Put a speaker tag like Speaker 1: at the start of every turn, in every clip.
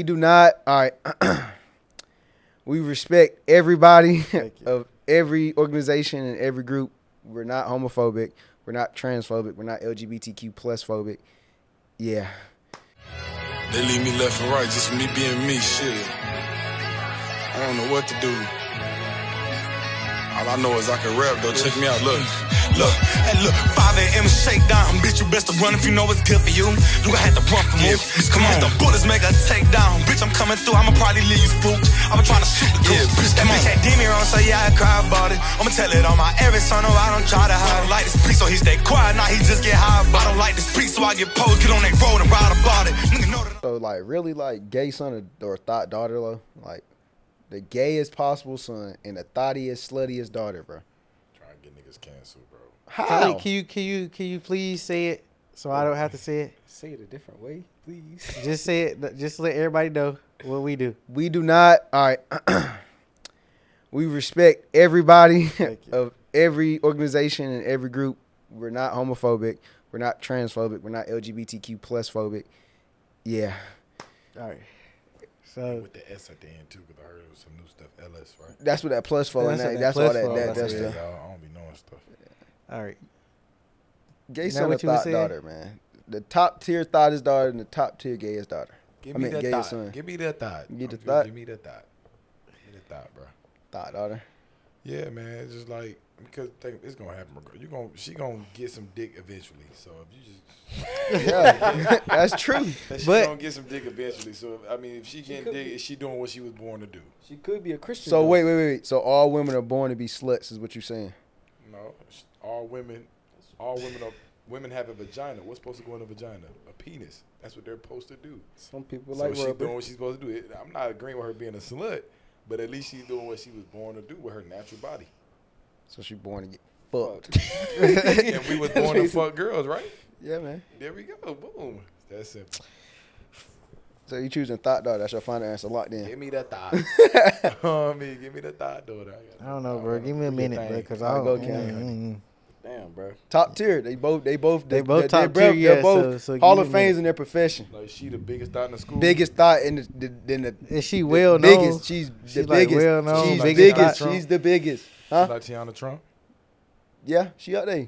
Speaker 1: We do not. All right. we respect everybody
Speaker 2: Thank you.
Speaker 1: of every organization and every group. We're not homophobic. We're not transphobic. We're not LGBTQ plus phobic. Yeah.
Speaker 3: They leave me left and right, just me being me, shit. I don't know what to do. All I know is I can rap, though. Check me out, look.
Speaker 4: Look, hey, look, 5 a.m. shakedown. Bitch, you best to run if you know it's good for you. You gotta have to run for me. come on. The bullets make a takedown. Bitch, I'm coming through. I'ma probably leave you spooked. I'ma tryna shoot the yeah, bitch, That bitch had demon on, so yeah, I cry about it. I'ma tell it on my every son, no, I don't try to hide. I don't like this speak, so he stay quiet. Now he just get high. I don't like this speak, so I get posed. Get on that road and ride about it. Nigga know that.
Speaker 1: So like really like gay son or, or thought daughter though. Like the gayest possible son and the thoughtiest, sluttiest daughter, bro.
Speaker 3: Trying to get niggas canceled, bro.
Speaker 1: How?
Speaker 2: Tali, can you can you can you please say it so I don't have to say it?
Speaker 5: Say it a different way, please.
Speaker 2: Just say it. Just let everybody know what we do.
Speaker 1: we do not. All right. we respect everybody
Speaker 2: you.
Speaker 1: of every organization and every group. We're not homophobic. We're not transphobic. We're not LGBTQ plus phobic. Yeah.
Speaker 2: All right. So
Speaker 3: With the S at the end, too, because I heard it was some new stuff. LS, right?
Speaker 1: That's what that plus for.
Speaker 2: That's
Speaker 1: That's,
Speaker 2: what that
Speaker 1: that's
Speaker 2: plus
Speaker 1: all that.
Speaker 2: for,
Speaker 1: that
Speaker 2: that's
Speaker 1: that's
Speaker 2: what
Speaker 1: the
Speaker 2: it
Speaker 3: I don't be knowing stuff.
Speaker 2: all right.
Speaker 1: gay
Speaker 2: Isn't that
Speaker 1: son of
Speaker 2: what you was
Speaker 1: thought
Speaker 2: saying?
Speaker 1: daughter, man. The top tier thoughtest daughter and the top tier gayest daughter.
Speaker 3: Give
Speaker 1: I
Speaker 3: me
Speaker 1: mean,
Speaker 3: that
Speaker 1: gayest
Speaker 3: thought.
Speaker 1: son.
Speaker 3: Give me that thought.
Speaker 1: Give the
Speaker 3: I'm-
Speaker 1: thought.
Speaker 3: Give me that thought. Give me the thought, bro.
Speaker 1: Thought daughter.
Speaker 3: Yeah, man. It's just like because think, it's gonna happen. You gonna she gonna get some dick eventually. So if you just
Speaker 1: Yeah, that's true.
Speaker 3: she
Speaker 2: But-
Speaker 3: gonna get some dick eventually. So I mean, if she getting dick, is she doing what she was born to do?
Speaker 5: She could be a Christian.
Speaker 1: So
Speaker 5: though.
Speaker 1: wait, wait, wait, wait. So all women are born to be sluts, is what you're saying?
Speaker 3: No, sh- all women, all women are women have a vagina. What's supposed to go in a vagina? A penis. That's what they're supposed to do.
Speaker 5: some people
Speaker 3: so
Speaker 5: like
Speaker 3: she
Speaker 5: rubber.
Speaker 3: doing what she's supposed to do. It- I'm not agreeing with her being a slut, but at least she's doing what she was born to do with her natural body.
Speaker 1: So she's born to get fucked.
Speaker 3: and we was born to fuck girls, right?
Speaker 1: yeah, man.
Speaker 3: There we go. Boom. That's simple.
Speaker 1: So you choosing thought daughter? That's your final answer. Locked in.
Speaker 3: Give me that thigh. oh, me, give me that thigh, daughter.
Speaker 2: I don't know, bro. Give me a minute, bro, because I
Speaker 1: I'll
Speaker 2: don't.
Speaker 1: go Mm-hmm.
Speaker 2: mm,
Speaker 1: count.
Speaker 2: mm, mm.
Speaker 3: Damn, bro.
Speaker 1: Top tier. They both. They both.
Speaker 2: They both top
Speaker 1: they're
Speaker 2: tier, yeah,
Speaker 1: both
Speaker 2: so- so
Speaker 1: Hall
Speaker 2: give
Speaker 1: of
Speaker 2: me Mm-hmm. a
Speaker 1: Fames
Speaker 2: minute.
Speaker 1: in their profession.
Speaker 3: Like she the biggest thought in the school.
Speaker 1: Biggest thought in the, the in the,
Speaker 2: Is she
Speaker 1: the
Speaker 2: well known?
Speaker 1: biggest. She's the
Speaker 2: She's like
Speaker 1: biggest.
Speaker 2: well known,
Speaker 1: she's
Speaker 3: like
Speaker 1: the
Speaker 3: Donald
Speaker 1: biggest.
Speaker 3: Trump.
Speaker 1: She's the biggest.
Speaker 3: Huh?
Speaker 1: Huh?
Speaker 3: Like Tiana Trump.
Speaker 1: Yeah, she up there.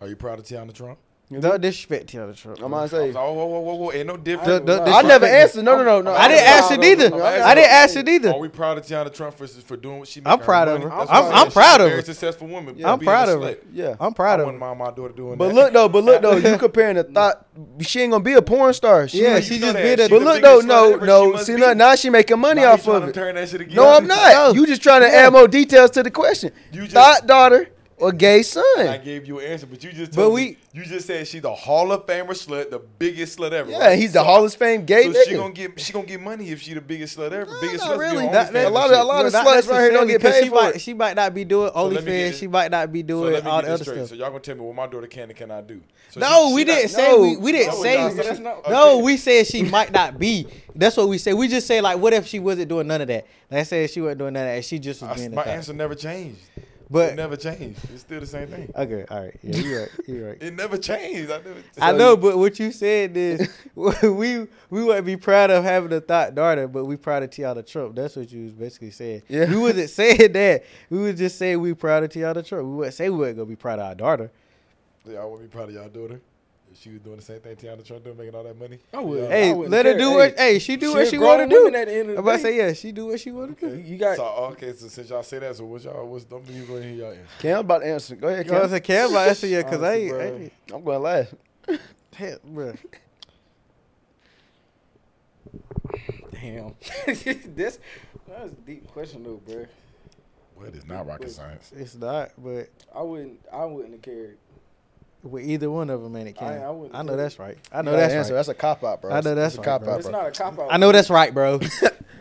Speaker 3: Are you proud of Tiana Trump?
Speaker 2: Don't disrespect Taylor Trump.
Speaker 1: Mm-hmm. I'm
Speaker 2: bro.
Speaker 1: gonna say.
Speaker 3: Oh, whoa, whoa, whoa, whoa. Ain't no
Speaker 2: The-
Speaker 3: difference.
Speaker 2: the-
Speaker 1: I never
Speaker 2: disrespect-
Speaker 1: answered. No, no, no, no.
Speaker 2: I didn't
Speaker 1: I'm
Speaker 2: ask it
Speaker 1: proud of
Speaker 2: neither.
Speaker 1: her.
Speaker 2: I didn't ask it either.
Speaker 3: Are we proud of Tiana Trump for, for doing what she made?
Speaker 2: I'm proud of
Speaker 3: money?
Speaker 2: her.
Speaker 3: That's
Speaker 2: I'm-
Speaker 3: why I
Speaker 2: I'm
Speaker 3: said she's
Speaker 2: proud of
Speaker 3: a very
Speaker 2: her.
Speaker 3: successful woman.
Speaker 2: I'm
Speaker 3: being a
Speaker 2: proud of
Speaker 3: slut.
Speaker 2: her.
Speaker 1: Yeah.
Speaker 2: I'm proud
Speaker 3: I
Speaker 2: of
Speaker 3: wouldn't
Speaker 2: her.
Speaker 3: mind my daughter doing
Speaker 1: But
Speaker 3: that.
Speaker 1: look though, but look though, you comparing a thought. She ain't gonna be a porn star. She,
Speaker 2: Yeah,
Speaker 3: you
Speaker 2: she
Speaker 3: know
Speaker 2: just
Speaker 3: that.
Speaker 2: bit
Speaker 3: She
Speaker 2: a.
Speaker 1: But
Speaker 3: the
Speaker 1: look
Speaker 2: Look,
Speaker 1: though,
Speaker 3: biggest slut
Speaker 1: no,
Speaker 3: ever. She
Speaker 1: no.
Speaker 3: must
Speaker 1: See,
Speaker 3: be.
Speaker 1: now, now she making money
Speaker 3: Now you
Speaker 1: off
Speaker 3: trying
Speaker 1: of
Speaker 3: to
Speaker 1: it.
Speaker 3: turn that shit again.
Speaker 1: No, I'm not. You just trying to add more details to the question.
Speaker 3: You just-
Speaker 1: Thought daughter or gay son?
Speaker 3: I gave you an answer, but you just
Speaker 2: But
Speaker 3: told
Speaker 2: we-
Speaker 3: me, you just said she's a Hall of Famer slut, the biggest slut ever.
Speaker 1: Yeah,
Speaker 3: right?
Speaker 1: he's the
Speaker 3: So-
Speaker 1: Hall of Fame gay
Speaker 3: So
Speaker 1: nigga.
Speaker 3: she gonna get she gonna get money if she the biggest slut ever. biggest
Speaker 1: not
Speaker 3: slut
Speaker 1: really.
Speaker 3: Be
Speaker 1: That- that- a lot of- a lot of
Speaker 2: not
Speaker 1: sluts right here don't get
Speaker 2: necessarily, 'cause
Speaker 1: paid
Speaker 2: she
Speaker 1: for
Speaker 2: might,
Speaker 1: it.
Speaker 2: She might not be doing
Speaker 3: let me get
Speaker 2: OnlyFans.
Speaker 3: it-
Speaker 2: She might not be
Speaker 3: So
Speaker 2: doing
Speaker 3: let me
Speaker 2: all
Speaker 3: get
Speaker 2: the
Speaker 3: this
Speaker 2: other
Speaker 3: straight.
Speaker 2: stuff.
Speaker 3: So y'all gonna tell me what my daughter can and cannot do? So
Speaker 2: No,
Speaker 3: she-
Speaker 2: we
Speaker 3: she not-
Speaker 2: didn't say
Speaker 1: no,
Speaker 2: we, we didn't
Speaker 3: no,
Speaker 2: say
Speaker 3: no,
Speaker 2: we-
Speaker 3: that's not-
Speaker 2: no.
Speaker 3: okay.
Speaker 2: We said she might not be. That's what we said. We just say like, what if she wasn't doing none of that? Let's say she wasn't doing none of that. She just was
Speaker 3: I-
Speaker 2: being the
Speaker 3: my
Speaker 2: thought.
Speaker 3: answer never changed.
Speaker 2: But
Speaker 3: it never changed. It's still the same thing.
Speaker 2: okay, all right, yeah, you're right, you're right.
Speaker 3: It never changed. I never.
Speaker 2: I know, but what you said is we we wouldn't be proud of having a thought daughter, but we proud of Tiana Trump. That's what you was basically saying.
Speaker 1: Yeah.
Speaker 2: We wasn't saying that. We was just saying we proud of Tiana Trump. We wouldn't say we wasn't gonna be proud of our daughter.
Speaker 3: Y'all would be proud of y'all daughter. If she was doing the same thing Tiana Trump doing, making all that money.
Speaker 5: I would.
Speaker 3: Yeah.
Speaker 5: I
Speaker 2: Hey,
Speaker 5: wouldn't
Speaker 2: let her
Speaker 5: care.
Speaker 2: do what hey, she do
Speaker 5: she
Speaker 2: what
Speaker 5: a
Speaker 2: she
Speaker 5: grown
Speaker 2: wanna do.
Speaker 5: woman at the end of
Speaker 2: I'm
Speaker 5: the
Speaker 2: about to
Speaker 5: day.
Speaker 2: say, yeah, she do what she wanna do.
Speaker 5: You got
Speaker 3: So okay, so since y'all say that, so what y'all was don't believe go ahead and hear y'all answer.
Speaker 1: Cam about to answer. Go ahead,
Speaker 2: You know what
Speaker 1: Cam.
Speaker 2: I'm saying? Care about answer yeah, cause I ain't, I
Speaker 3: Honestly,
Speaker 2: ain't
Speaker 1: I'm going last.
Speaker 2: hell, bruh.
Speaker 5: damn. this that was a deep question though, bro.
Speaker 3: Well, it's not rocket science.
Speaker 2: It's not, but
Speaker 5: I wouldn't. I wouldn't have cared.
Speaker 2: with either one of them, man, it can.
Speaker 5: I- I
Speaker 2: I,
Speaker 5: wouldn't
Speaker 2: know
Speaker 5: do it.
Speaker 2: that's right. I know
Speaker 1: No, that's
Speaker 2: that's right.
Speaker 1: That's a cop out, bro.
Speaker 2: I know that's
Speaker 1: a
Speaker 2: right,
Speaker 1: cop
Speaker 2: bro.
Speaker 1: out,
Speaker 5: It's
Speaker 1: bro.
Speaker 5: not a cop out.
Speaker 2: I know that's right, bro.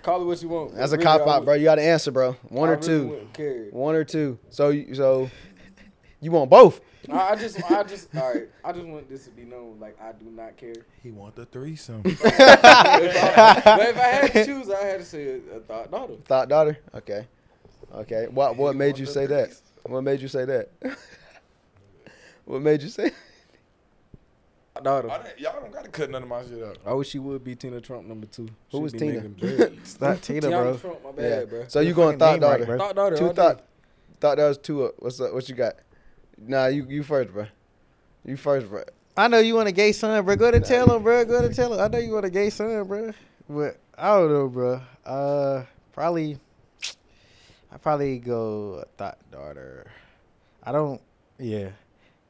Speaker 5: Call it what you want.
Speaker 1: That's a
Speaker 5: Really,
Speaker 1: cop
Speaker 5: I
Speaker 1: out, bro.
Speaker 5: wouldn't-
Speaker 1: You got to answer, bro. One
Speaker 5: I
Speaker 1: or
Speaker 5: really
Speaker 1: two.
Speaker 5: wouldn't care.
Speaker 1: One or two. So, you- so you want both?
Speaker 5: I, I just, I just, all right. I just want this to be known. Like I do not care.
Speaker 3: He want the threesome.
Speaker 5: if, I, but if I had to choose, I had to say a, a thought daughter.
Speaker 1: Thought daughter. Okay. Okay. What What made you say that? What made you say that? what made you say?
Speaker 5: I daughter.
Speaker 3: I didn't- y'all don't gotta cut none of my shit out.
Speaker 5: I wish she would be Tina Trump number two.
Speaker 1: Who
Speaker 5: She'd
Speaker 1: was
Speaker 5: be
Speaker 1: Tina?
Speaker 5: making bread.
Speaker 2: It's not Tina,
Speaker 5: Tiana
Speaker 2: bro.
Speaker 5: Trump, my
Speaker 1: Yeah.
Speaker 5: bad, bro.
Speaker 1: So you going thought
Speaker 2: fucking name right,
Speaker 1: daughter?
Speaker 2: bro.
Speaker 5: Thought daughter.
Speaker 1: Two
Speaker 5: all
Speaker 1: thought,
Speaker 5: day.
Speaker 1: thought that was two. Up. What's up? What you got? Nah, you you first, bro. You first, bro.
Speaker 2: I know you want a gay son, bro. Go to tell him, bro. Go to tell him. I know you want a gay son, bro. But I don't know, bro. Uh, probably. I probably go a thought daughter. I don't. Yeah.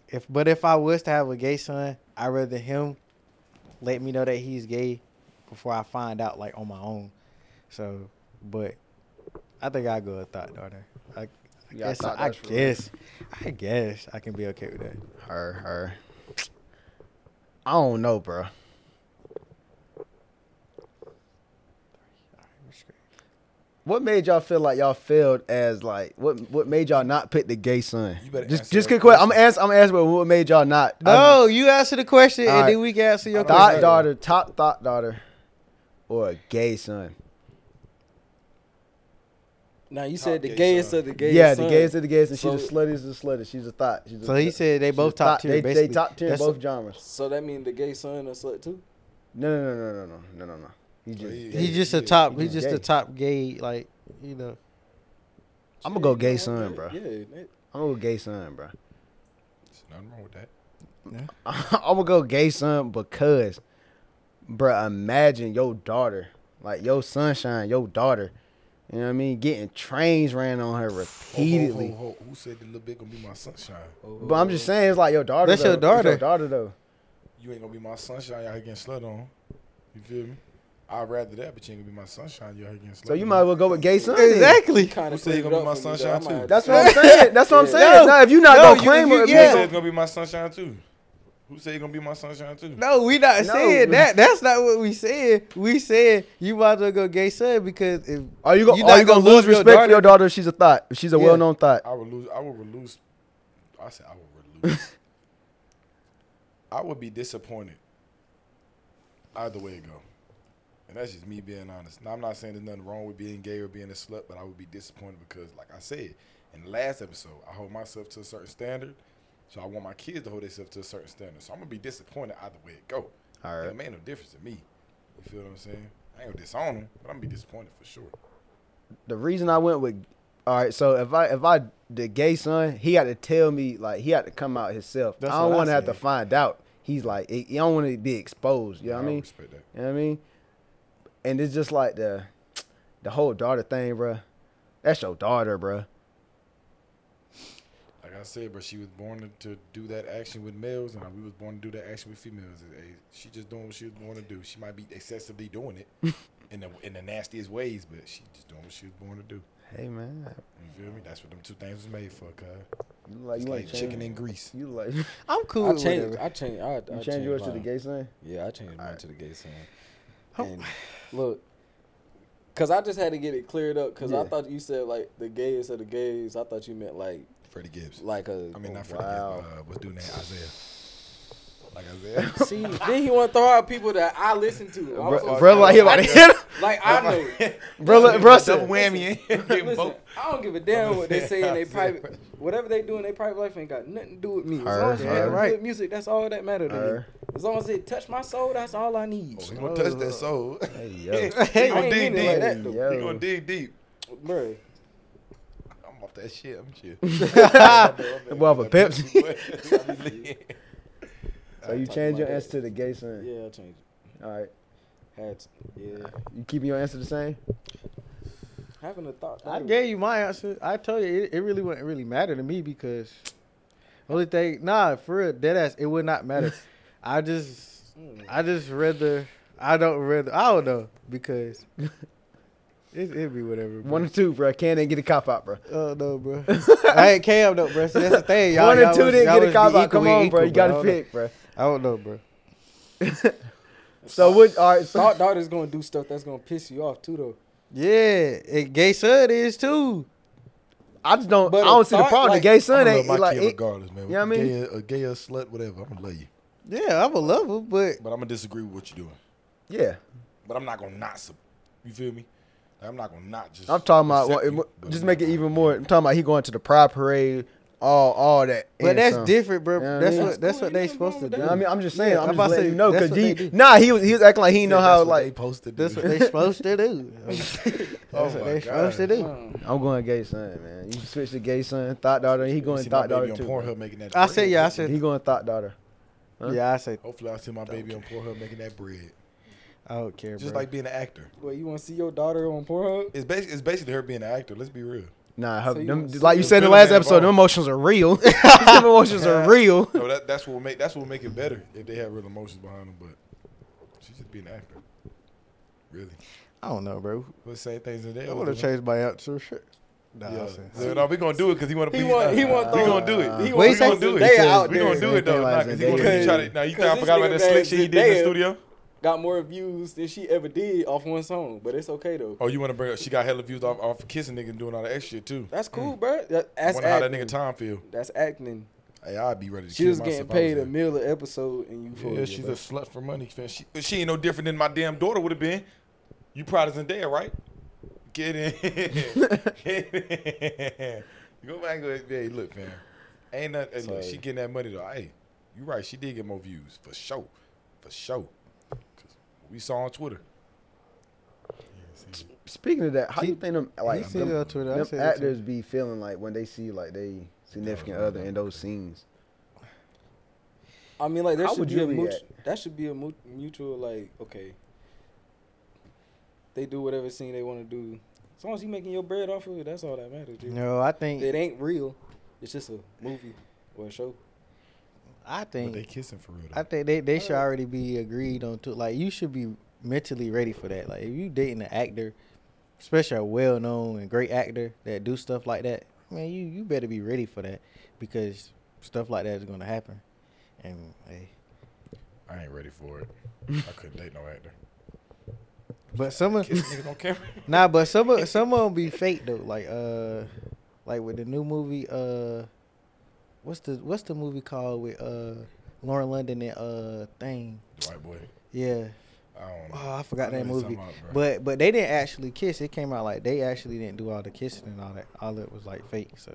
Speaker 2: If but if I was to have a gay son, I'd rather him let me know that he's gay before I find out, like on my own. So, but I think I go a thought daughter. I, I
Speaker 1: Yeah, I
Speaker 2: guess.
Speaker 1: thought
Speaker 2: I,
Speaker 1: that's real.
Speaker 2: guess. I guess I can be okay with that.
Speaker 1: Her, her. I don't know, bro. What made y'all feel like y'all failed as like what? What made y'all not pick the gay son?
Speaker 3: You better
Speaker 1: just
Speaker 3: answer
Speaker 1: just
Speaker 3: that
Speaker 1: quick question. I'm asking. I'm asking. What made y'all not?
Speaker 2: No, you answer the question
Speaker 1: All
Speaker 2: and
Speaker 1: right.
Speaker 2: then we can answer your
Speaker 1: I'm- thought
Speaker 2: question.
Speaker 1: daughter, top thought daughter, or a gay son?
Speaker 5: Now you said the
Speaker 3: gay
Speaker 5: gayest
Speaker 3: son.
Speaker 5: of the gayest.
Speaker 1: yeah, the
Speaker 5: son.
Speaker 1: gayest of the gayest, and she's
Speaker 5: So-
Speaker 1: the sluttiest of the sluttiest. She's a thought. She's a
Speaker 2: So he said they
Speaker 1: she's
Speaker 2: both
Speaker 1: a
Speaker 2: top
Speaker 1: thought.
Speaker 2: tier,
Speaker 1: They, they
Speaker 2: basically.
Speaker 1: top tier in
Speaker 2: That's-
Speaker 1: both genres.
Speaker 5: So that means the gay son or slut too.
Speaker 1: No, no, no, no, no, no, no, no, no. He just.
Speaker 2: He's just a top.
Speaker 1: He's
Speaker 2: He's just
Speaker 1: gay.
Speaker 2: a top gay. Like you know,
Speaker 1: I'm gonna go
Speaker 5: Yeah,
Speaker 1: gay
Speaker 5: you know,
Speaker 1: son,
Speaker 5: yeah,
Speaker 1: bro.
Speaker 5: Yeah, that-
Speaker 1: I'm gonna go gay son, bro.
Speaker 3: There's nothing wrong with that.
Speaker 1: I'm gonna go gay son because, bruh, imagine your daughter, like your sunshine, your daughter, you know what I mean, getting trains ran on her
Speaker 3: Ho, ho,
Speaker 1: repeatedly.
Speaker 3: ho, ho. Who said the little bit gonna be my sunshine?
Speaker 1: But I'm just saying, it's like your daughter.
Speaker 2: That's
Speaker 1: though.
Speaker 2: your
Speaker 1: It's
Speaker 2: daughter.
Speaker 1: your daughter though.
Speaker 3: You ain't gonna be my sunshine. Y'all getting slut on. You feel me? I'd rather that, but you ain't gonna be my sunshine. Y'all getting slut.
Speaker 1: So you
Speaker 3: on.
Speaker 1: might as well go with gay son. then.
Speaker 5: He
Speaker 2: exactly.
Speaker 5: kind
Speaker 3: Who
Speaker 5: of
Speaker 3: said he gonna be my sunshine too?
Speaker 1: That's what I'm saying. That's what I'm
Speaker 5: Yeah.
Speaker 1: saying.
Speaker 2: No.
Speaker 1: No, if you not
Speaker 2: No,
Speaker 1: gonna
Speaker 2: you-
Speaker 1: claim
Speaker 2: if
Speaker 1: her,
Speaker 2: you-
Speaker 3: Who
Speaker 2: yeah.
Speaker 3: said it's gonna be my sunshine too? Who said it's gonna be my sunshine too?
Speaker 2: No, we not
Speaker 1: No.
Speaker 2: saying that. That's not what we said. We said you might as well go gay son because if
Speaker 1: are you gonna,
Speaker 2: you
Speaker 1: are
Speaker 2: not
Speaker 1: you gonna,
Speaker 2: gonna
Speaker 1: lose
Speaker 2: love your
Speaker 1: respect for your daughter if she's a thought? If she's a
Speaker 2: Yeah.
Speaker 1: well known thought.
Speaker 3: I would lose. I would lose. I said I would lose. I would be disappointed. Either way it go, and that's just me being honest. Now I'm not saying there's nothing wrong with being gay or being a slut, but I would be disappointed because, like I said in the last episode, I hold myself to a certain standard, so I want my kids to hold themselves to a certain standard. So I'm gonna be disappointed either way it go.
Speaker 1: All
Speaker 3: It
Speaker 1: right.
Speaker 3: made no difference to me. You feel what I'm saying? I ain't gonna disown them, but I'm gonna be disappointed for sure.
Speaker 1: the reason I went with all right, so if I if I the gay son, he had to tell me like he had to come out himself.
Speaker 2: That's
Speaker 1: I don't
Speaker 2: what I
Speaker 1: want to have to
Speaker 2: said.
Speaker 1: find out. He's like he he don't want to be exposed. You know what I
Speaker 3: would
Speaker 1: mean?
Speaker 3: respect that.
Speaker 1: You know what I mean? And it's just like the the whole daughter thing, bruh. That's your daughter, bruh.
Speaker 3: Like I said, but she was born to, to do that action with males, and we was born to do that action with females. Eh, She just doing what she was born to do. She might be excessively doing it in the in the nastiest ways, but she just doing what she was born to do.
Speaker 1: Hey man,
Speaker 3: You feel me? That's what them two things was made for, cuz.
Speaker 1: you like
Speaker 3: It's
Speaker 1: you like
Speaker 3: like chicken
Speaker 1: change-
Speaker 3: and grease.
Speaker 1: You like
Speaker 2: I'm cool.
Speaker 5: I
Speaker 2: with
Speaker 5: changed.
Speaker 2: whatever.
Speaker 5: I changed. I, I
Speaker 1: you change yours to the
Speaker 5: mine.
Speaker 1: gay son?
Speaker 5: Yeah, I changed mine
Speaker 1: Alright.
Speaker 5: to the gay son.
Speaker 2: Oh.
Speaker 5: And look, cause I just had to get it cleared up. Cause
Speaker 1: Yeah.
Speaker 5: I thought you said like the gayest of the gays. I thought you meant like
Speaker 3: Freddie Gibbs.
Speaker 5: like a.
Speaker 3: I mean, not Freddie
Speaker 1: wow.
Speaker 3: Gibbs, but uh, what's dude name? Isaiah. Like Isaiah.
Speaker 5: See, then he want to throw out people that I listen to. I'm so
Speaker 1: Bruh, bruh, like he about to hit him.
Speaker 5: Like I know.
Speaker 1: Bruh, look, bruh, said-
Speaker 3: whammy.
Speaker 5: Listen, I don't give a damn what they say in their private. Whatever they do in their private life ain't got nothing to do with me. As long as you
Speaker 1: Alright,
Speaker 5: have
Speaker 2: alright.
Speaker 5: good music, that's all that matter to
Speaker 1: Alright.
Speaker 5: me. As long as it touch my soul, that's all I need.
Speaker 3: Oh,
Speaker 1: Oh,
Speaker 3: He gonna touch that soul.
Speaker 1: Hey yo,
Speaker 3: He
Speaker 5: I
Speaker 3: gonna
Speaker 5: ain't
Speaker 3: dig
Speaker 5: mean it like that,
Speaker 3: deep.
Speaker 5: though.
Speaker 3: He gonna
Speaker 1: yo.
Speaker 3: dig deep.
Speaker 5: Bruh.
Speaker 3: I'm off that shit. I'm chill.
Speaker 1: boy off a Pepsi.
Speaker 3: Pepsi.
Speaker 1: So you
Speaker 5: Talking
Speaker 1: change your
Speaker 5: about
Speaker 1: answer to the gay son.
Speaker 5: Yeah, I changed
Speaker 1: All right,
Speaker 5: it. Had to. Yeah.
Speaker 1: you keeping your answer the same?
Speaker 5: Having a thought.
Speaker 2: I
Speaker 5: that
Speaker 2: gave you my answer. I told you it, it really wouldn't really matter to me because only thing nah for real dead ass it would not matter. I just
Speaker 5: Hmm.
Speaker 2: I just rather I don't rather I don't know because it it be whatever. Bro.
Speaker 1: One or two, bro. Can not get a cop out, bro.
Speaker 2: Oh no, bro. I ain't Cam though, bro. See, that's the thing, y'all.
Speaker 1: One or
Speaker 2: y'all
Speaker 1: two
Speaker 2: was-
Speaker 1: didn't
Speaker 2: y'all
Speaker 1: get a
Speaker 2: was
Speaker 1: cop
Speaker 2: be
Speaker 1: out. Come
Speaker 2: equally
Speaker 1: on, bro.
Speaker 2: equal,
Speaker 1: You got
Speaker 2: I
Speaker 1: to
Speaker 2: don't know.
Speaker 1: pick, bro.
Speaker 2: I don't know, bro.
Speaker 1: So what? All right. So,
Speaker 5: Thought daughter's gonna do stuff that's gonna piss you off too, though.
Speaker 2: Yeah, and gay son is too.
Speaker 1: I just don't.
Speaker 5: But
Speaker 1: I don't
Speaker 5: a
Speaker 1: see the
Speaker 5: thought,
Speaker 1: problem.
Speaker 5: like,
Speaker 1: the gay son
Speaker 3: I'ma
Speaker 1: ain't
Speaker 3: love my
Speaker 1: like
Speaker 3: kid
Speaker 1: it,
Speaker 3: regardless, man.
Speaker 1: you know what I mean?
Speaker 3: Gay, or- a gay or slut, whatever. I'm gonna love you,
Speaker 2: Yeah, I'm a lover, but
Speaker 3: but I'm gonna disagree with what you're doing.
Speaker 1: yeah.
Speaker 3: But I'm not gonna not. Sub- you feel me? Like, I'm not gonna not just.
Speaker 1: I'm talking about
Speaker 3: accept
Speaker 1: well,
Speaker 3: you,
Speaker 1: it-
Speaker 3: but
Speaker 1: just
Speaker 3: I'm
Speaker 1: make it
Speaker 3: not-
Speaker 1: even more. I'm talking about he going to the pride parade all all that.
Speaker 2: But
Speaker 1: and
Speaker 2: that's
Speaker 1: some.
Speaker 2: different, bro.
Speaker 1: You know what I
Speaker 2: that's
Speaker 1: mean?
Speaker 2: what that's
Speaker 5: cool.
Speaker 2: what they
Speaker 5: Ain't nothing
Speaker 2: supposed to
Speaker 5: wrong
Speaker 2: do.
Speaker 5: with
Speaker 1: You know what I mean, I'm just saying.
Speaker 2: Yeah,
Speaker 1: I'm, just
Speaker 2: I'm about to
Speaker 1: letting
Speaker 2: say,
Speaker 1: you know
Speaker 2: that's
Speaker 1: because
Speaker 2: what they
Speaker 1: he
Speaker 2: do.
Speaker 1: nah he was he was acting like he didn't know
Speaker 3: That's
Speaker 1: how
Speaker 3: what
Speaker 1: like
Speaker 3: they supposed to do.
Speaker 2: That's what they supposed to do.
Speaker 3: oh
Speaker 2: That's what
Speaker 3: my
Speaker 2: they supposed to
Speaker 3: God.
Speaker 2: do.
Speaker 5: Um,
Speaker 1: I'm going gay son, man. You switch to gay son, thought daughter. He
Speaker 3: You
Speaker 1: going
Speaker 3: see my
Speaker 1: thought daughter
Speaker 3: baby on
Speaker 1: too.
Speaker 3: Pornhub making that.
Speaker 2: I said,
Speaker 3: bread.
Speaker 2: yeah, I
Speaker 1: bro. He
Speaker 2: said,
Speaker 1: going thought daughter. huh?
Speaker 2: yeah, I said,
Speaker 3: Hopefully, I see my baby on Pornhub making that bread.
Speaker 2: I don't care,
Speaker 3: Just
Speaker 2: bro.
Speaker 3: like being an actor.
Speaker 5: Well, you want to see your daughter on Pornhub?
Speaker 3: It's basically, it's basically her being an actor. Let's be real.
Speaker 1: Nah, her,
Speaker 5: So you
Speaker 1: them,
Speaker 5: want-
Speaker 1: like you
Speaker 3: so
Speaker 1: said in the
Speaker 3: feeling
Speaker 1: last
Speaker 3: that
Speaker 1: episode,
Speaker 3: bone.
Speaker 1: them emotions are real. them emotions are real.
Speaker 3: No, Oh, that, that's what make that's what make it better if they have real emotions behind them. But she's just being an actor. Really,
Speaker 2: I don't know, bro.
Speaker 3: let's say things in there.
Speaker 2: I would have changed my answer. Shit. Nah,
Speaker 3: Yeah.
Speaker 2: I said,
Speaker 3: Yeah, no, we gonna do it because he want to
Speaker 5: He
Speaker 3: be.
Speaker 5: want- he
Speaker 3: uh,
Speaker 5: want
Speaker 3: we
Speaker 5: those-
Speaker 3: gonna do it.
Speaker 5: he
Speaker 3: we
Speaker 5: want-
Speaker 3: gonna
Speaker 5: they
Speaker 3: do it.
Speaker 5: say they out
Speaker 3: we gonna
Speaker 5: there.
Speaker 3: do it though.
Speaker 1: They
Speaker 3: Nah,
Speaker 1: like
Speaker 3: cause he wanna
Speaker 5: Zendaya.
Speaker 3: try to. Now you think I
Speaker 5: Cause
Speaker 3: forgot
Speaker 5: this
Speaker 3: about that
Speaker 5: nigga
Speaker 3: slick
Speaker 5: that
Speaker 3: shit he did in the
Speaker 5: Zendaya-
Speaker 3: studio?
Speaker 5: Got more views than she ever did off one song, but it's okay though.
Speaker 3: Oh, you want to bring up? She got hella views off off kissing nigga and doing all that extra shit too.
Speaker 5: That's
Speaker 1: Mm.
Speaker 5: cool, bruh. That, that's
Speaker 3: Wonder how that
Speaker 5: acting.
Speaker 3: nigga Tom feel.
Speaker 5: that's acting.
Speaker 3: Hey, I'd be ready to
Speaker 5: She
Speaker 3: kill
Speaker 5: was getting
Speaker 3: myself. I
Speaker 5: paid a
Speaker 3: there.
Speaker 5: meal an episode, and you
Speaker 3: Yeah,
Speaker 5: yeah,
Speaker 3: she's a slut for money. fam. She, she ain't no different than my damn daughter would have been. You proud as Zendaya, right? Get in. Get in. Go back and go, hey, look, fam. Ain't nothing. Hey, look, she getting that money, though. Hey, you right. She did get more views. For sure. For sure. 'Cause we saw on Twitter.
Speaker 1: Speaking of that, how you think them
Speaker 2: like,
Speaker 1: like
Speaker 2: you see
Speaker 1: them,
Speaker 2: that on Twitter. I
Speaker 1: them
Speaker 2: said, that too.
Speaker 1: actors be feeling like when they see like they significant other in those scenes?
Speaker 5: I mean, like there
Speaker 1: How
Speaker 5: should
Speaker 1: would
Speaker 5: be
Speaker 1: you
Speaker 5: a mut-
Speaker 1: react?
Speaker 5: that should be a mut- mutual like okay. They do whatever scene they want to do. As long as you making your bread off of it, that's all that matters. Dude.
Speaker 2: no, I think,
Speaker 5: It ain't real. It's just a movie or a show.
Speaker 2: I
Speaker 3: But they Oh.
Speaker 2: think,
Speaker 3: kissing for real,
Speaker 2: I
Speaker 3: though.
Speaker 2: think they, they should already be agreed on to. Like, you should be mentally ready for that. Like, if you dating an actor, especially a well known and great actor that do stuff like that, man, you you better be ready for that because stuff like that is gonna happen. And hey,
Speaker 3: I ain't ready for it. I couldn't date no actor.
Speaker 2: but some of
Speaker 3: Kissing niggas on camera.
Speaker 2: nah, but some of some of them be fake though. Like uh, like with the new movie uh, what's the what's the movie called with uh Lauren London and uh thing?
Speaker 3: White boy.
Speaker 2: Yeah,
Speaker 3: I don't know.
Speaker 2: oh I forgot
Speaker 3: I know
Speaker 2: that
Speaker 3: what you're
Speaker 2: movie.
Speaker 3: talking about, bro.
Speaker 2: but but they didn't actually kiss. It came out like they actually didn't do all the kissing and all that. All it was like fake. So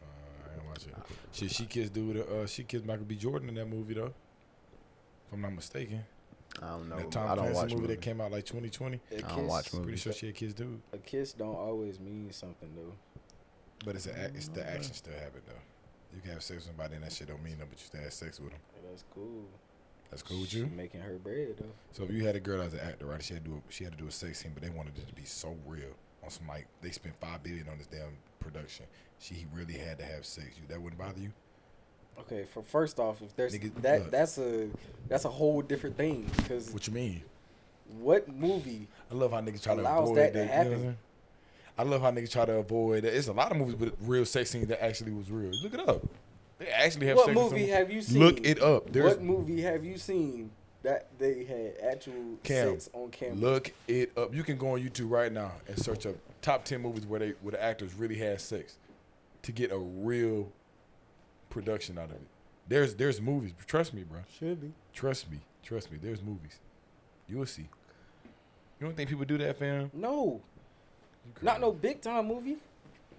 Speaker 3: Uh, I ain't watch it. Shit, she kissed dude. Uh, she kissed Michael B. Jordan in that movie though. If I'm not mistaken,
Speaker 1: I don't know.
Speaker 3: that Tom
Speaker 1: I don't
Speaker 3: Clancy
Speaker 1: watch
Speaker 3: movie that
Speaker 1: movies.
Speaker 3: came out like 2020.
Speaker 5: A kiss,
Speaker 1: I don't watch
Speaker 3: Pretty
Speaker 1: movies.
Speaker 3: sure she had kissed dude,
Speaker 5: A kiss don't always mean something though.
Speaker 3: but it's a, act- it's the action still happened though. You can have sex with somebody and that shit don't mean nothing, but you still had sex with them.
Speaker 5: That's cool.
Speaker 3: That's cool with
Speaker 5: She
Speaker 3: you.
Speaker 5: Making her bread though.
Speaker 3: So if you had a girl as an actor, right? She had to do a, she had to do a sex scene, but they wanted it to be so real. On some like they spent five billion on this damn production. She really had to have sex. You that wouldn't bother you?
Speaker 5: Okay, for first off, if there's
Speaker 3: Nigga,
Speaker 5: that
Speaker 3: look.
Speaker 5: that's a that's a whole different thing because
Speaker 3: What you mean?
Speaker 5: what movie?
Speaker 3: I love how niggas try to
Speaker 5: Allows
Speaker 3: avoid
Speaker 5: that
Speaker 3: that.
Speaker 5: to
Speaker 3: you know what I'm
Speaker 5: happen.
Speaker 3: saying? I love how niggas try to avoid that. It's a lot of movies with real sex scenes that actually was real. Look it up. They actually have
Speaker 5: What
Speaker 3: sex. with
Speaker 5: movie
Speaker 3: someone.
Speaker 5: have you seen?
Speaker 3: Look it up. There's
Speaker 5: what movie have you seen that they had actual
Speaker 3: Cam,
Speaker 5: sex on camera?
Speaker 3: Look it up. You can go on YouTube right now and search up top ten movies where they where the actors really had sex to get a real production out of it. There's there's movies. Trust me, bro.
Speaker 5: Should be.
Speaker 3: Trust me. Trust me. There's movies. You will see. You don't think people do that, fam?
Speaker 5: No, not no big time movie.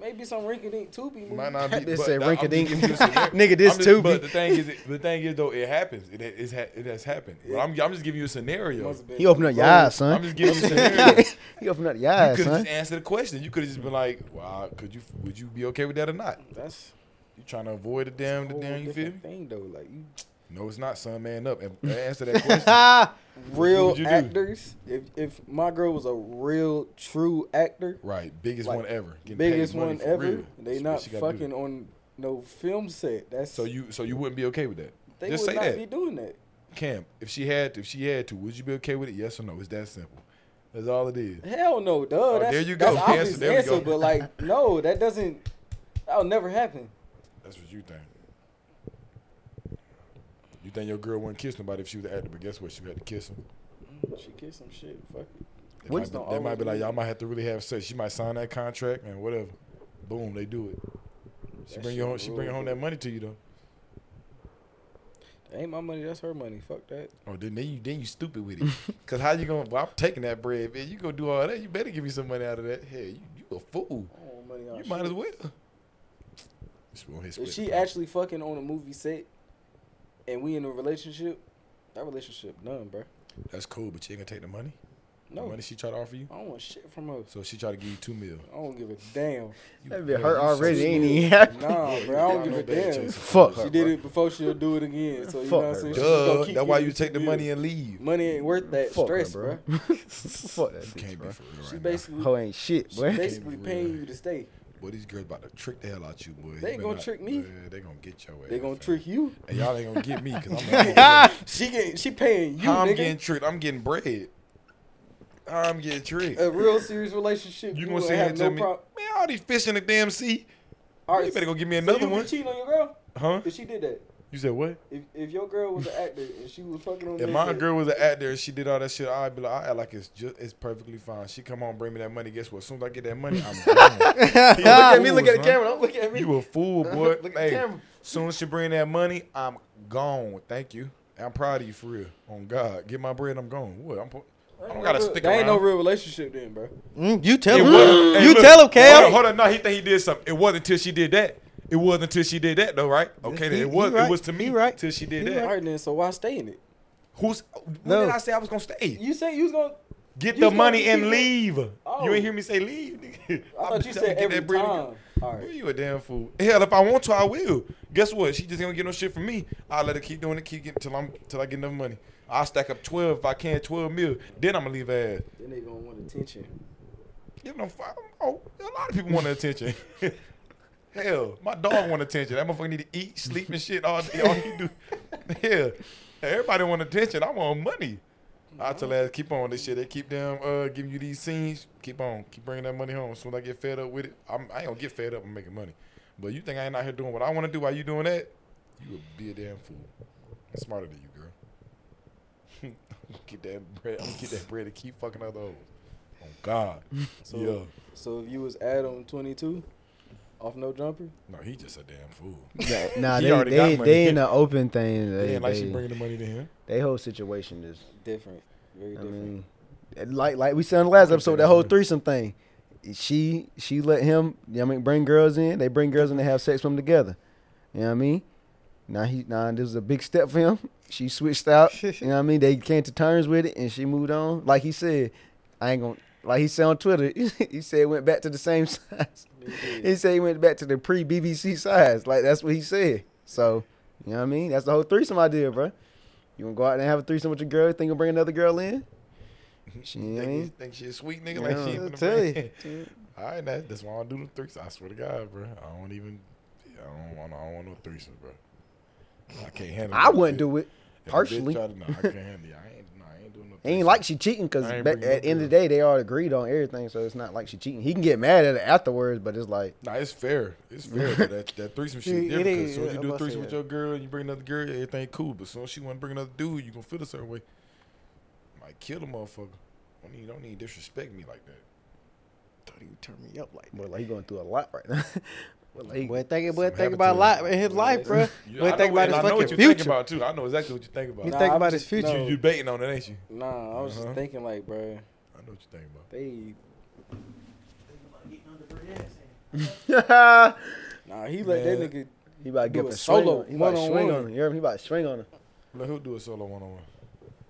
Speaker 5: Maybe some rinky dink Tubi movie.
Speaker 3: Might not be.
Speaker 1: They
Speaker 3: but
Speaker 1: say
Speaker 3: I'm just
Speaker 1: rinky-dink.
Speaker 3: giving you a scenario.
Speaker 1: Nigga, this
Speaker 3: I'm just-
Speaker 1: too
Speaker 3: But
Speaker 1: be-
Speaker 3: the thing is, the thing is though, it happens. It it, ha- it has happened. But I'm, I'm just giving you a scenario.
Speaker 5: Must've been
Speaker 1: He opened up your eyes, son.
Speaker 3: I'm just giving you a scenario. You
Speaker 1: he opened up your
Speaker 3: could have
Speaker 1: eyes, son.
Speaker 3: just answered the question. You could have just been like, "Wow, could you? Would you be okay with that or not?"
Speaker 5: That's
Speaker 3: You trying to avoid the damn, the
Speaker 5: whole
Speaker 3: damn. You feel? me?
Speaker 5: different thing though. Like you,
Speaker 3: No, it's not. Son, man up and answer that question.
Speaker 2: ah,
Speaker 5: real
Speaker 3: would you do?
Speaker 5: actors. If if my girl was a real true actor,
Speaker 3: right, biggest
Speaker 5: Like,
Speaker 3: one ever. Getting paid
Speaker 5: biggest
Speaker 3: money
Speaker 5: one
Speaker 3: for
Speaker 5: ever,
Speaker 3: real.
Speaker 5: they
Speaker 3: That's what
Speaker 5: not
Speaker 3: she gotta do.
Speaker 5: fucking on no film set. That's
Speaker 3: So you, so you wouldn't be okay with that.
Speaker 5: They
Speaker 3: just
Speaker 5: would
Speaker 3: say
Speaker 5: not
Speaker 3: that.
Speaker 5: be doing that.
Speaker 3: Cam, if she had, if she had to, would you be okay with it? Yes or no? It's that simple. That's all it is.
Speaker 5: Hell no, duh. that's,
Speaker 3: Oh, there you
Speaker 5: That's
Speaker 3: go.
Speaker 5: obvious
Speaker 3: Answer, there we
Speaker 5: answer,
Speaker 3: go.
Speaker 5: but like, no, that doesn't. That'll never happen.
Speaker 3: That's what you think. You think your girl wouldn't kiss nobody if she was an actor, but guess what? She had to kiss him.
Speaker 5: She kissed some shit. Fuck it.
Speaker 3: They
Speaker 5: What-
Speaker 3: might be, they might be like, y'all might have to really have sex. She might sign that contract and whatever. Boom, they do it. She
Speaker 5: That
Speaker 3: bring you
Speaker 5: shit
Speaker 3: home. She bring
Speaker 5: rule,
Speaker 3: home
Speaker 5: bro.
Speaker 3: that money to you though.
Speaker 5: That ain't my money. That's her money. Fuck that.
Speaker 3: Oh, then, then you then you stupid with it. Cause how you gonna? Well, I'm taking that bread, man. You gonna do all that? You better give me some money out of that. Hey, you, you a fool.
Speaker 5: I don't want money
Speaker 3: You
Speaker 5: on
Speaker 3: might
Speaker 5: Oh, shit.
Speaker 3: as well. It's on his
Speaker 5: If
Speaker 3: split.
Speaker 5: she actually fucking on a movie set, and we in a relationship, that relationship done, bro.
Speaker 3: That's cool, but you ain't gonna take the money. The
Speaker 5: No,
Speaker 3: money she tried to offer you.
Speaker 5: I don't want shit from her.
Speaker 3: So she tried to give you two mil.
Speaker 5: I don't give a damn.
Speaker 3: You-
Speaker 1: That bit
Speaker 3: bro,
Speaker 1: hurt
Speaker 3: you so
Speaker 1: already, ain't
Speaker 3: smooth.
Speaker 1: he? Happy.
Speaker 5: Nah, bro, I don't give a damn.
Speaker 1: Fuck.
Speaker 5: She did it before she'll do it again. So you know
Speaker 1: Fuck
Speaker 5: what I'm
Speaker 1: her.
Speaker 5: saying? She's just
Speaker 3: Duh.
Speaker 5: gonna keep
Speaker 3: That's why
Speaker 5: giving
Speaker 3: you take the
Speaker 5: to
Speaker 3: money and leave.
Speaker 5: Money ain't worth that
Speaker 1: Fuck her,
Speaker 5: stress, bro.
Speaker 1: bro. Fuck that
Speaker 3: You can't
Speaker 1: bitch,
Speaker 3: be
Speaker 1: bro.
Speaker 3: for real
Speaker 5: She
Speaker 3: right now.
Speaker 5: basically,
Speaker 1: Hoe ain't shit,
Speaker 5: she
Speaker 1: boy.
Speaker 5: basically
Speaker 3: Can't be
Speaker 5: paying
Speaker 3: real.
Speaker 5: you to stay.
Speaker 3: Boy, these girls about to trick the hell out you, boy.
Speaker 5: They
Speaker 3: You
Speaker 5: gonna
Speaker 3: better
Speaker 5: trick me.
Speaker 3: Yeah, they gonna get your ass.
Speaker 5: They gonna
Speaker 3: fam.
Speaker 5: trick you.
Speaker 3: And y'all ain't gonna get me because I'm, not-
Speaker 5: she getting, she paying you,
Speaker 3: How I'm
Speaker 5: nigga.
Speaker 3: getting tricked. I'm getting bread. How I'm getting tricked.
Speaker 5: a real serious relationship.
Speaker 3: you
Speaker 5: You
Speaker 3: gonna
Speaker 5: would
Speaker 3: sit here
Speaker 5: have
Speaker 3: and tell
Speaker 5: no
Speaker 3: me,
Speaker 5: problem.
Speaker 3: man, all these fish in the damn sea. you better go give me another
Speaker 5: so you
Speaker 3: one.
Speaker 5: Be cheating on your girl
Speaker 3: Huh?
Speaker 5: if she did that.
Speaker 3: You said what?
Speaker 5: If, if your girl was an actor and she was fucking on
Speaker 3: If
Speaker 5: that
Speaker 3: my
Speaker 5: shit,
Speaker 3: girl was an actor and she did all that shit, I'd be like, I act like it's just it's perfectly fine. She come home, bring me that money. Guess what? As soon as I get that money, I'm gone. look
Speaker 1: at me, look at the camera. Don't
Speaker 3: look at me. You a fool, boy.
Speaker 1: Look at the
Speaker 3: Hey,
Speaker 1: camera.
Speaker 3: Soon as she bring that money, I'm gone. Thank you. I'm proud of you for real. On God, get my bread. I'm gone. What? I'm. Po- I don't gotta
Speaker 5: There
Speaker 3: stick
Speaker 5: ain't
Speaker 3: around.
Speaker 5: no real relationship then, bro.
Speaker 2: Mm, you tell
Speaker 3: It
Speaker 2: him.
Speaker 3: wasn't- hey,
Speaker 2: you
Speaker 3: look,
Speaker 2: tell him,
Speaker 3: Hold on,
Speaker 2: Cal.
Speaker 3: hold on. No, he think he did something. It wasn't until she did that. It wasn't until she did that though, right? Okay, then
Speaker 2: He-
Speaker 3: it was.
Speaker 2: he right.
Speaker 3: It was to me.
Speaker 2: He right.
Speaker 3: Till she did
Speaker 2: He
Speaker 3: that.
Speaker 5: All right then, so why stay in it?
Speaker 3: Who's? When
Speaker 2: No.
Speaker 3: did I say I was gonna stay?
Speaker 5: You said you was gonna.
Speaker 3: Get
Speaker 5: You
Speaker 3: the
Speaker 5: just
Speaker 3: money
Speaker 5: wanted to
Speaker 3: and
Speaker 5: keep it-
Speaker 3: leave.
Speaker 5: Oh.
Speaker 3: You ain't hear me say leave, nigga.
Speaker 5: I
Speaker 3: I'm
Speaker 5: thought
Speaker 3: trying
Speaker 5: you
Speaker 3: to
Speaker 5: said
Speaker 3: get
Speaker 5: every
Speaker 3: that bread and go.
Speaker 5: time. All
Speaker 3: Boy,
Speaker 5: right.
Speaker 3: you a damn fool. Hell, if I want to, I will. Guess what? She just ain't gonna get no shit from me. I'll let her keep doing it, keep getting till I'm till I get enough money. I'll stack up twelve if I can, twelve mil. Then I'm gonna leave her ass.
Speaker 5: Then they gonna want attention.
Speaker 3: You know, fuck, oh, a lot of people want attention. Hell, my dog want attention. That motherfucker need to eat, sleep, and shit all day. All he do. Hell, everybody want attention. I want money. I tell ass, keep on this shit. They keep them uh, giving you these scenes. Keep on, keep bringing that money home. As soon as I get fed up with it, I'm, I ain't gonna get fed up. I'm making money. But you think I ain't out here doing what I want to do while you doing that? You would be a damn fool. I'm smarter than you, girl. I'm gonna get that bread. I'm gonna get that bread and keep fucking other hoes. Oh God.
Speaker 5: So,
Speaker 3: yeah.
Speaker 5: so if you was add on twenty two, off no jumper,
Speaker 3: No, he just a damn fool.
Speaker 1: Nah,
Speaker 3: He
Speaker 1: they
Speaker 3: already got
Speaker 1: they,
Speaker 3: money.
Speaker 1: they in the open thing. They,
Speaker 3: They ain't like she
Speaker 1: they-
Speaker 3: bringing the money to him.
Speaker 1: they whole situation is.
Speaker 5: different, very
Speaker 1: I
Speaker 5: different.
Speaker 1: mean, like like we said on the last
Speaker 3: can
Speaker 1: episode,
Speaker 3: say
Speaker 1: that
Speaker 3: that,
Speaker 1: whole
Speaker 3: bro.
Speaker 1: threesome thing. She she let him. You know what I mean, bring girls in. They bring girls in. They have sex with them together. You know what I mean? Now he now this is a big step for him. She switched out. you know what I mean? They came to terms with it, and she moved on. Like he said, I ain't gonna. Like he said on Twitter, he said went back to the same size. He said he went back to the pre BBC size. Like that's what he said. So you know what I mean? That's the whole threesome idea, bro. You gonna go out there and have a threesome with your girl? Think you'll bring another girl in? She you know what I
Speaker 3: Think,
Speaker 1: mean?
Speaker 3: he- think she a sweet nigga
Speaker 1: Yeah.
Speaker 3: like she
Speaker 2: I'll
Speaker 3: finna
Speaker 2: tell
Speaker 3: bring- All right, that, that's why I don't do the threes. I swear to God, bro. I don't even. I don't want. I don't want no threesomes, bro. I can't handle.
Speaker 1: I wouldn't do it.
Speaker 3: Try
Speaker 1: Partially,
Speaker 3: to, no, I can't handle. it. I ain't. No, I ain't doing no.
Speaker 1: ain't
Speaker 3: threesomes.
Speaker 1: like she cheating because
Speaker 3: I ain't
Speaker 1: at
Speaker 3: bringing no
Speaker 1: the end of the day they all agreed on everything, so it's not like she cheating. He can get mad at it afterwards, but it's like
Speaker 3: Nah, it's fair. It's fair. but that that threesome shit
Speaker 2: It-
Speaker 3: different.
Speaker 2: it
Speaker 3: 'cause
Speaker 2: is.
Speaker 3: soon as you
Speaker 2: I'm
Speaker 3: do a
Speaker 2: about to say
Speaker 3: threesome with
Speaker 2: that.
Speaker 3: your girl, you bring another girl, everything cool. But soon as she want to bring another dude, you gonna feel a certain way. Might kill the motherfucker. I mean, you don't need to disrespect me like that.
Speaker 2: Thought he would turn me up like
Speaker 1: boy, like he going through a lot right now. Boy, like, he-
Speaker 2: Boy, think, boy,
Speaker 3: Some
Speaker 2: think about a lot
Speaker 3: habitat.
Speaker 2: in his life, bro.
Speaker 3: You-
Speaker 2: Boy,
Speaker 3: I
Speaker 2: think
Speaker 3: know-
Speaker 2: about
Speaker 3: and I
Speaker 2: his
Speaker 3: know what
Speaker 2: fucking
Speaker 3: you think
Speaker 2: future.
Speaker 3: about too. I know exactly what you think about.
Speaker 2: You
Speaker 5: Nah,
Speaker 2: think
Speaker 5: I'm
Speaker 2: about his
Speaker 5: just-
Speaker 2: future.
Speaker 5: no.
Speaker 3: You, you baiting on it, ain't you?
Speaker 5: Nah, I was
Speaker 3: Uh-huh.
Speaker 5: just thinking like, bro,
Speaker 3: I know what you think about.
Speaker 5: they
Speaker 1: he
Speaker 5: nah he
Speaker 3: Man.
Speaker 5: let that nigga
Speaker 1: about to
Speaker 5: Do
Speaker 1: give
Speaker 5: a
Speaker 1: a
Speaker 5: solo,
Speaker 1: solo. He about to swing
Speaker 5: one-on-one.
Speaker 1: on him. You hear me? He about to swing on him.
Speaker 3: Look, who do a solo one on one?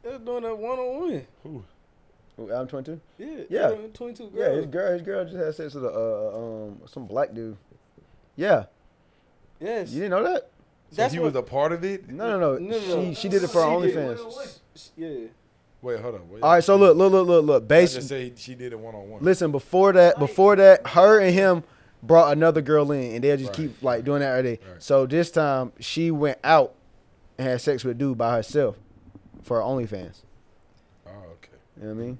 Speaker 5: they was doing that one on one.
Speaker 3: Who?
Speaker 1: I'm 22.
Speaker 5: Yeah,
Speaker 1: Yeah.
Speaker 5: twenty two
Speaker 1: Yeah, his
Speaker 5: girls.
Speaker 1: girl, his girl just had sex with a uh, um some black dude. Yeah,
Speaker 5: yes,
Speaker 1: you didn't know that?
Speaker 3: So
Speaker 5: That's
Speaker 3: he
Speaker 5: what-
Speaker 3: was a part of it.
Speaker 1: No, no, no.
Speaker 5: No, no, no.
Speaker 1: She she did it for her
Speaker 5: She did.
Speaker 1: OnlyFans.
Speaker 5: yeah.
Speaker 3: Wait, hold on. Wait,
Speaker 1: All right, so look, look, look, look, look.
Speaker 3: I
Speaker 1: Based,
Speaker 3: just say she did it one on one.
Speaker 1: Listen, before that, before that, her and him brought another girl in, and they'll just
Speaker 3: Right.
Speaker 1: keep like doing that every day.
Speaker 3: Right.
Speaker 1: So this time, she went out and had sex with a dude by herself for her OnlyFans.
Speaker 3: Oh, okay.
Speaker 1: You know what I mean?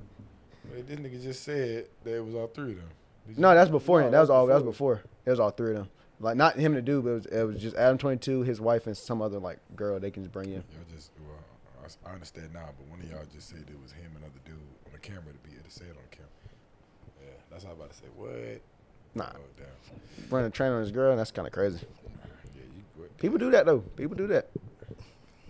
Speaker 3: Wait, this nigga just said that it was all three of them. Did
Speaker 1: No,
Speaker 3: you-
Speaker 1: that's before
Speaker 5: No,
Speaker 1: him. That was
Speaker 5: that's
Speaker 1: all. That was before. That was all three of them. Like not him and the dude, but it was, it was just Adam Twenty Two, his wife, and some other like girl they can just bring in.
Speaker 3: Y'all just well, I s- I, understand now, but one of y'all just said it was him and other dude on the camera to be able to say it on camera. Yeah, that's how I about to say. What?
Speaker 1: Nah,
Speaker 3: Oh damn.
Speaker 1: run a train on his girl. That's kind of crazy.
Speaker 3: Yeah, you. What?
Speaker 1: People do that though. People do that.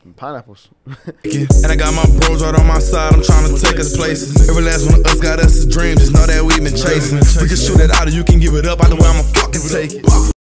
Speaker 1: And pineapples.
Speaker 4: And I got my bros right on my side, I'm trying to take us places. Every last one of us got us a dream, just know that we been chasing. We can shoot it out or you can give it up, either way, I'ma fucking take it.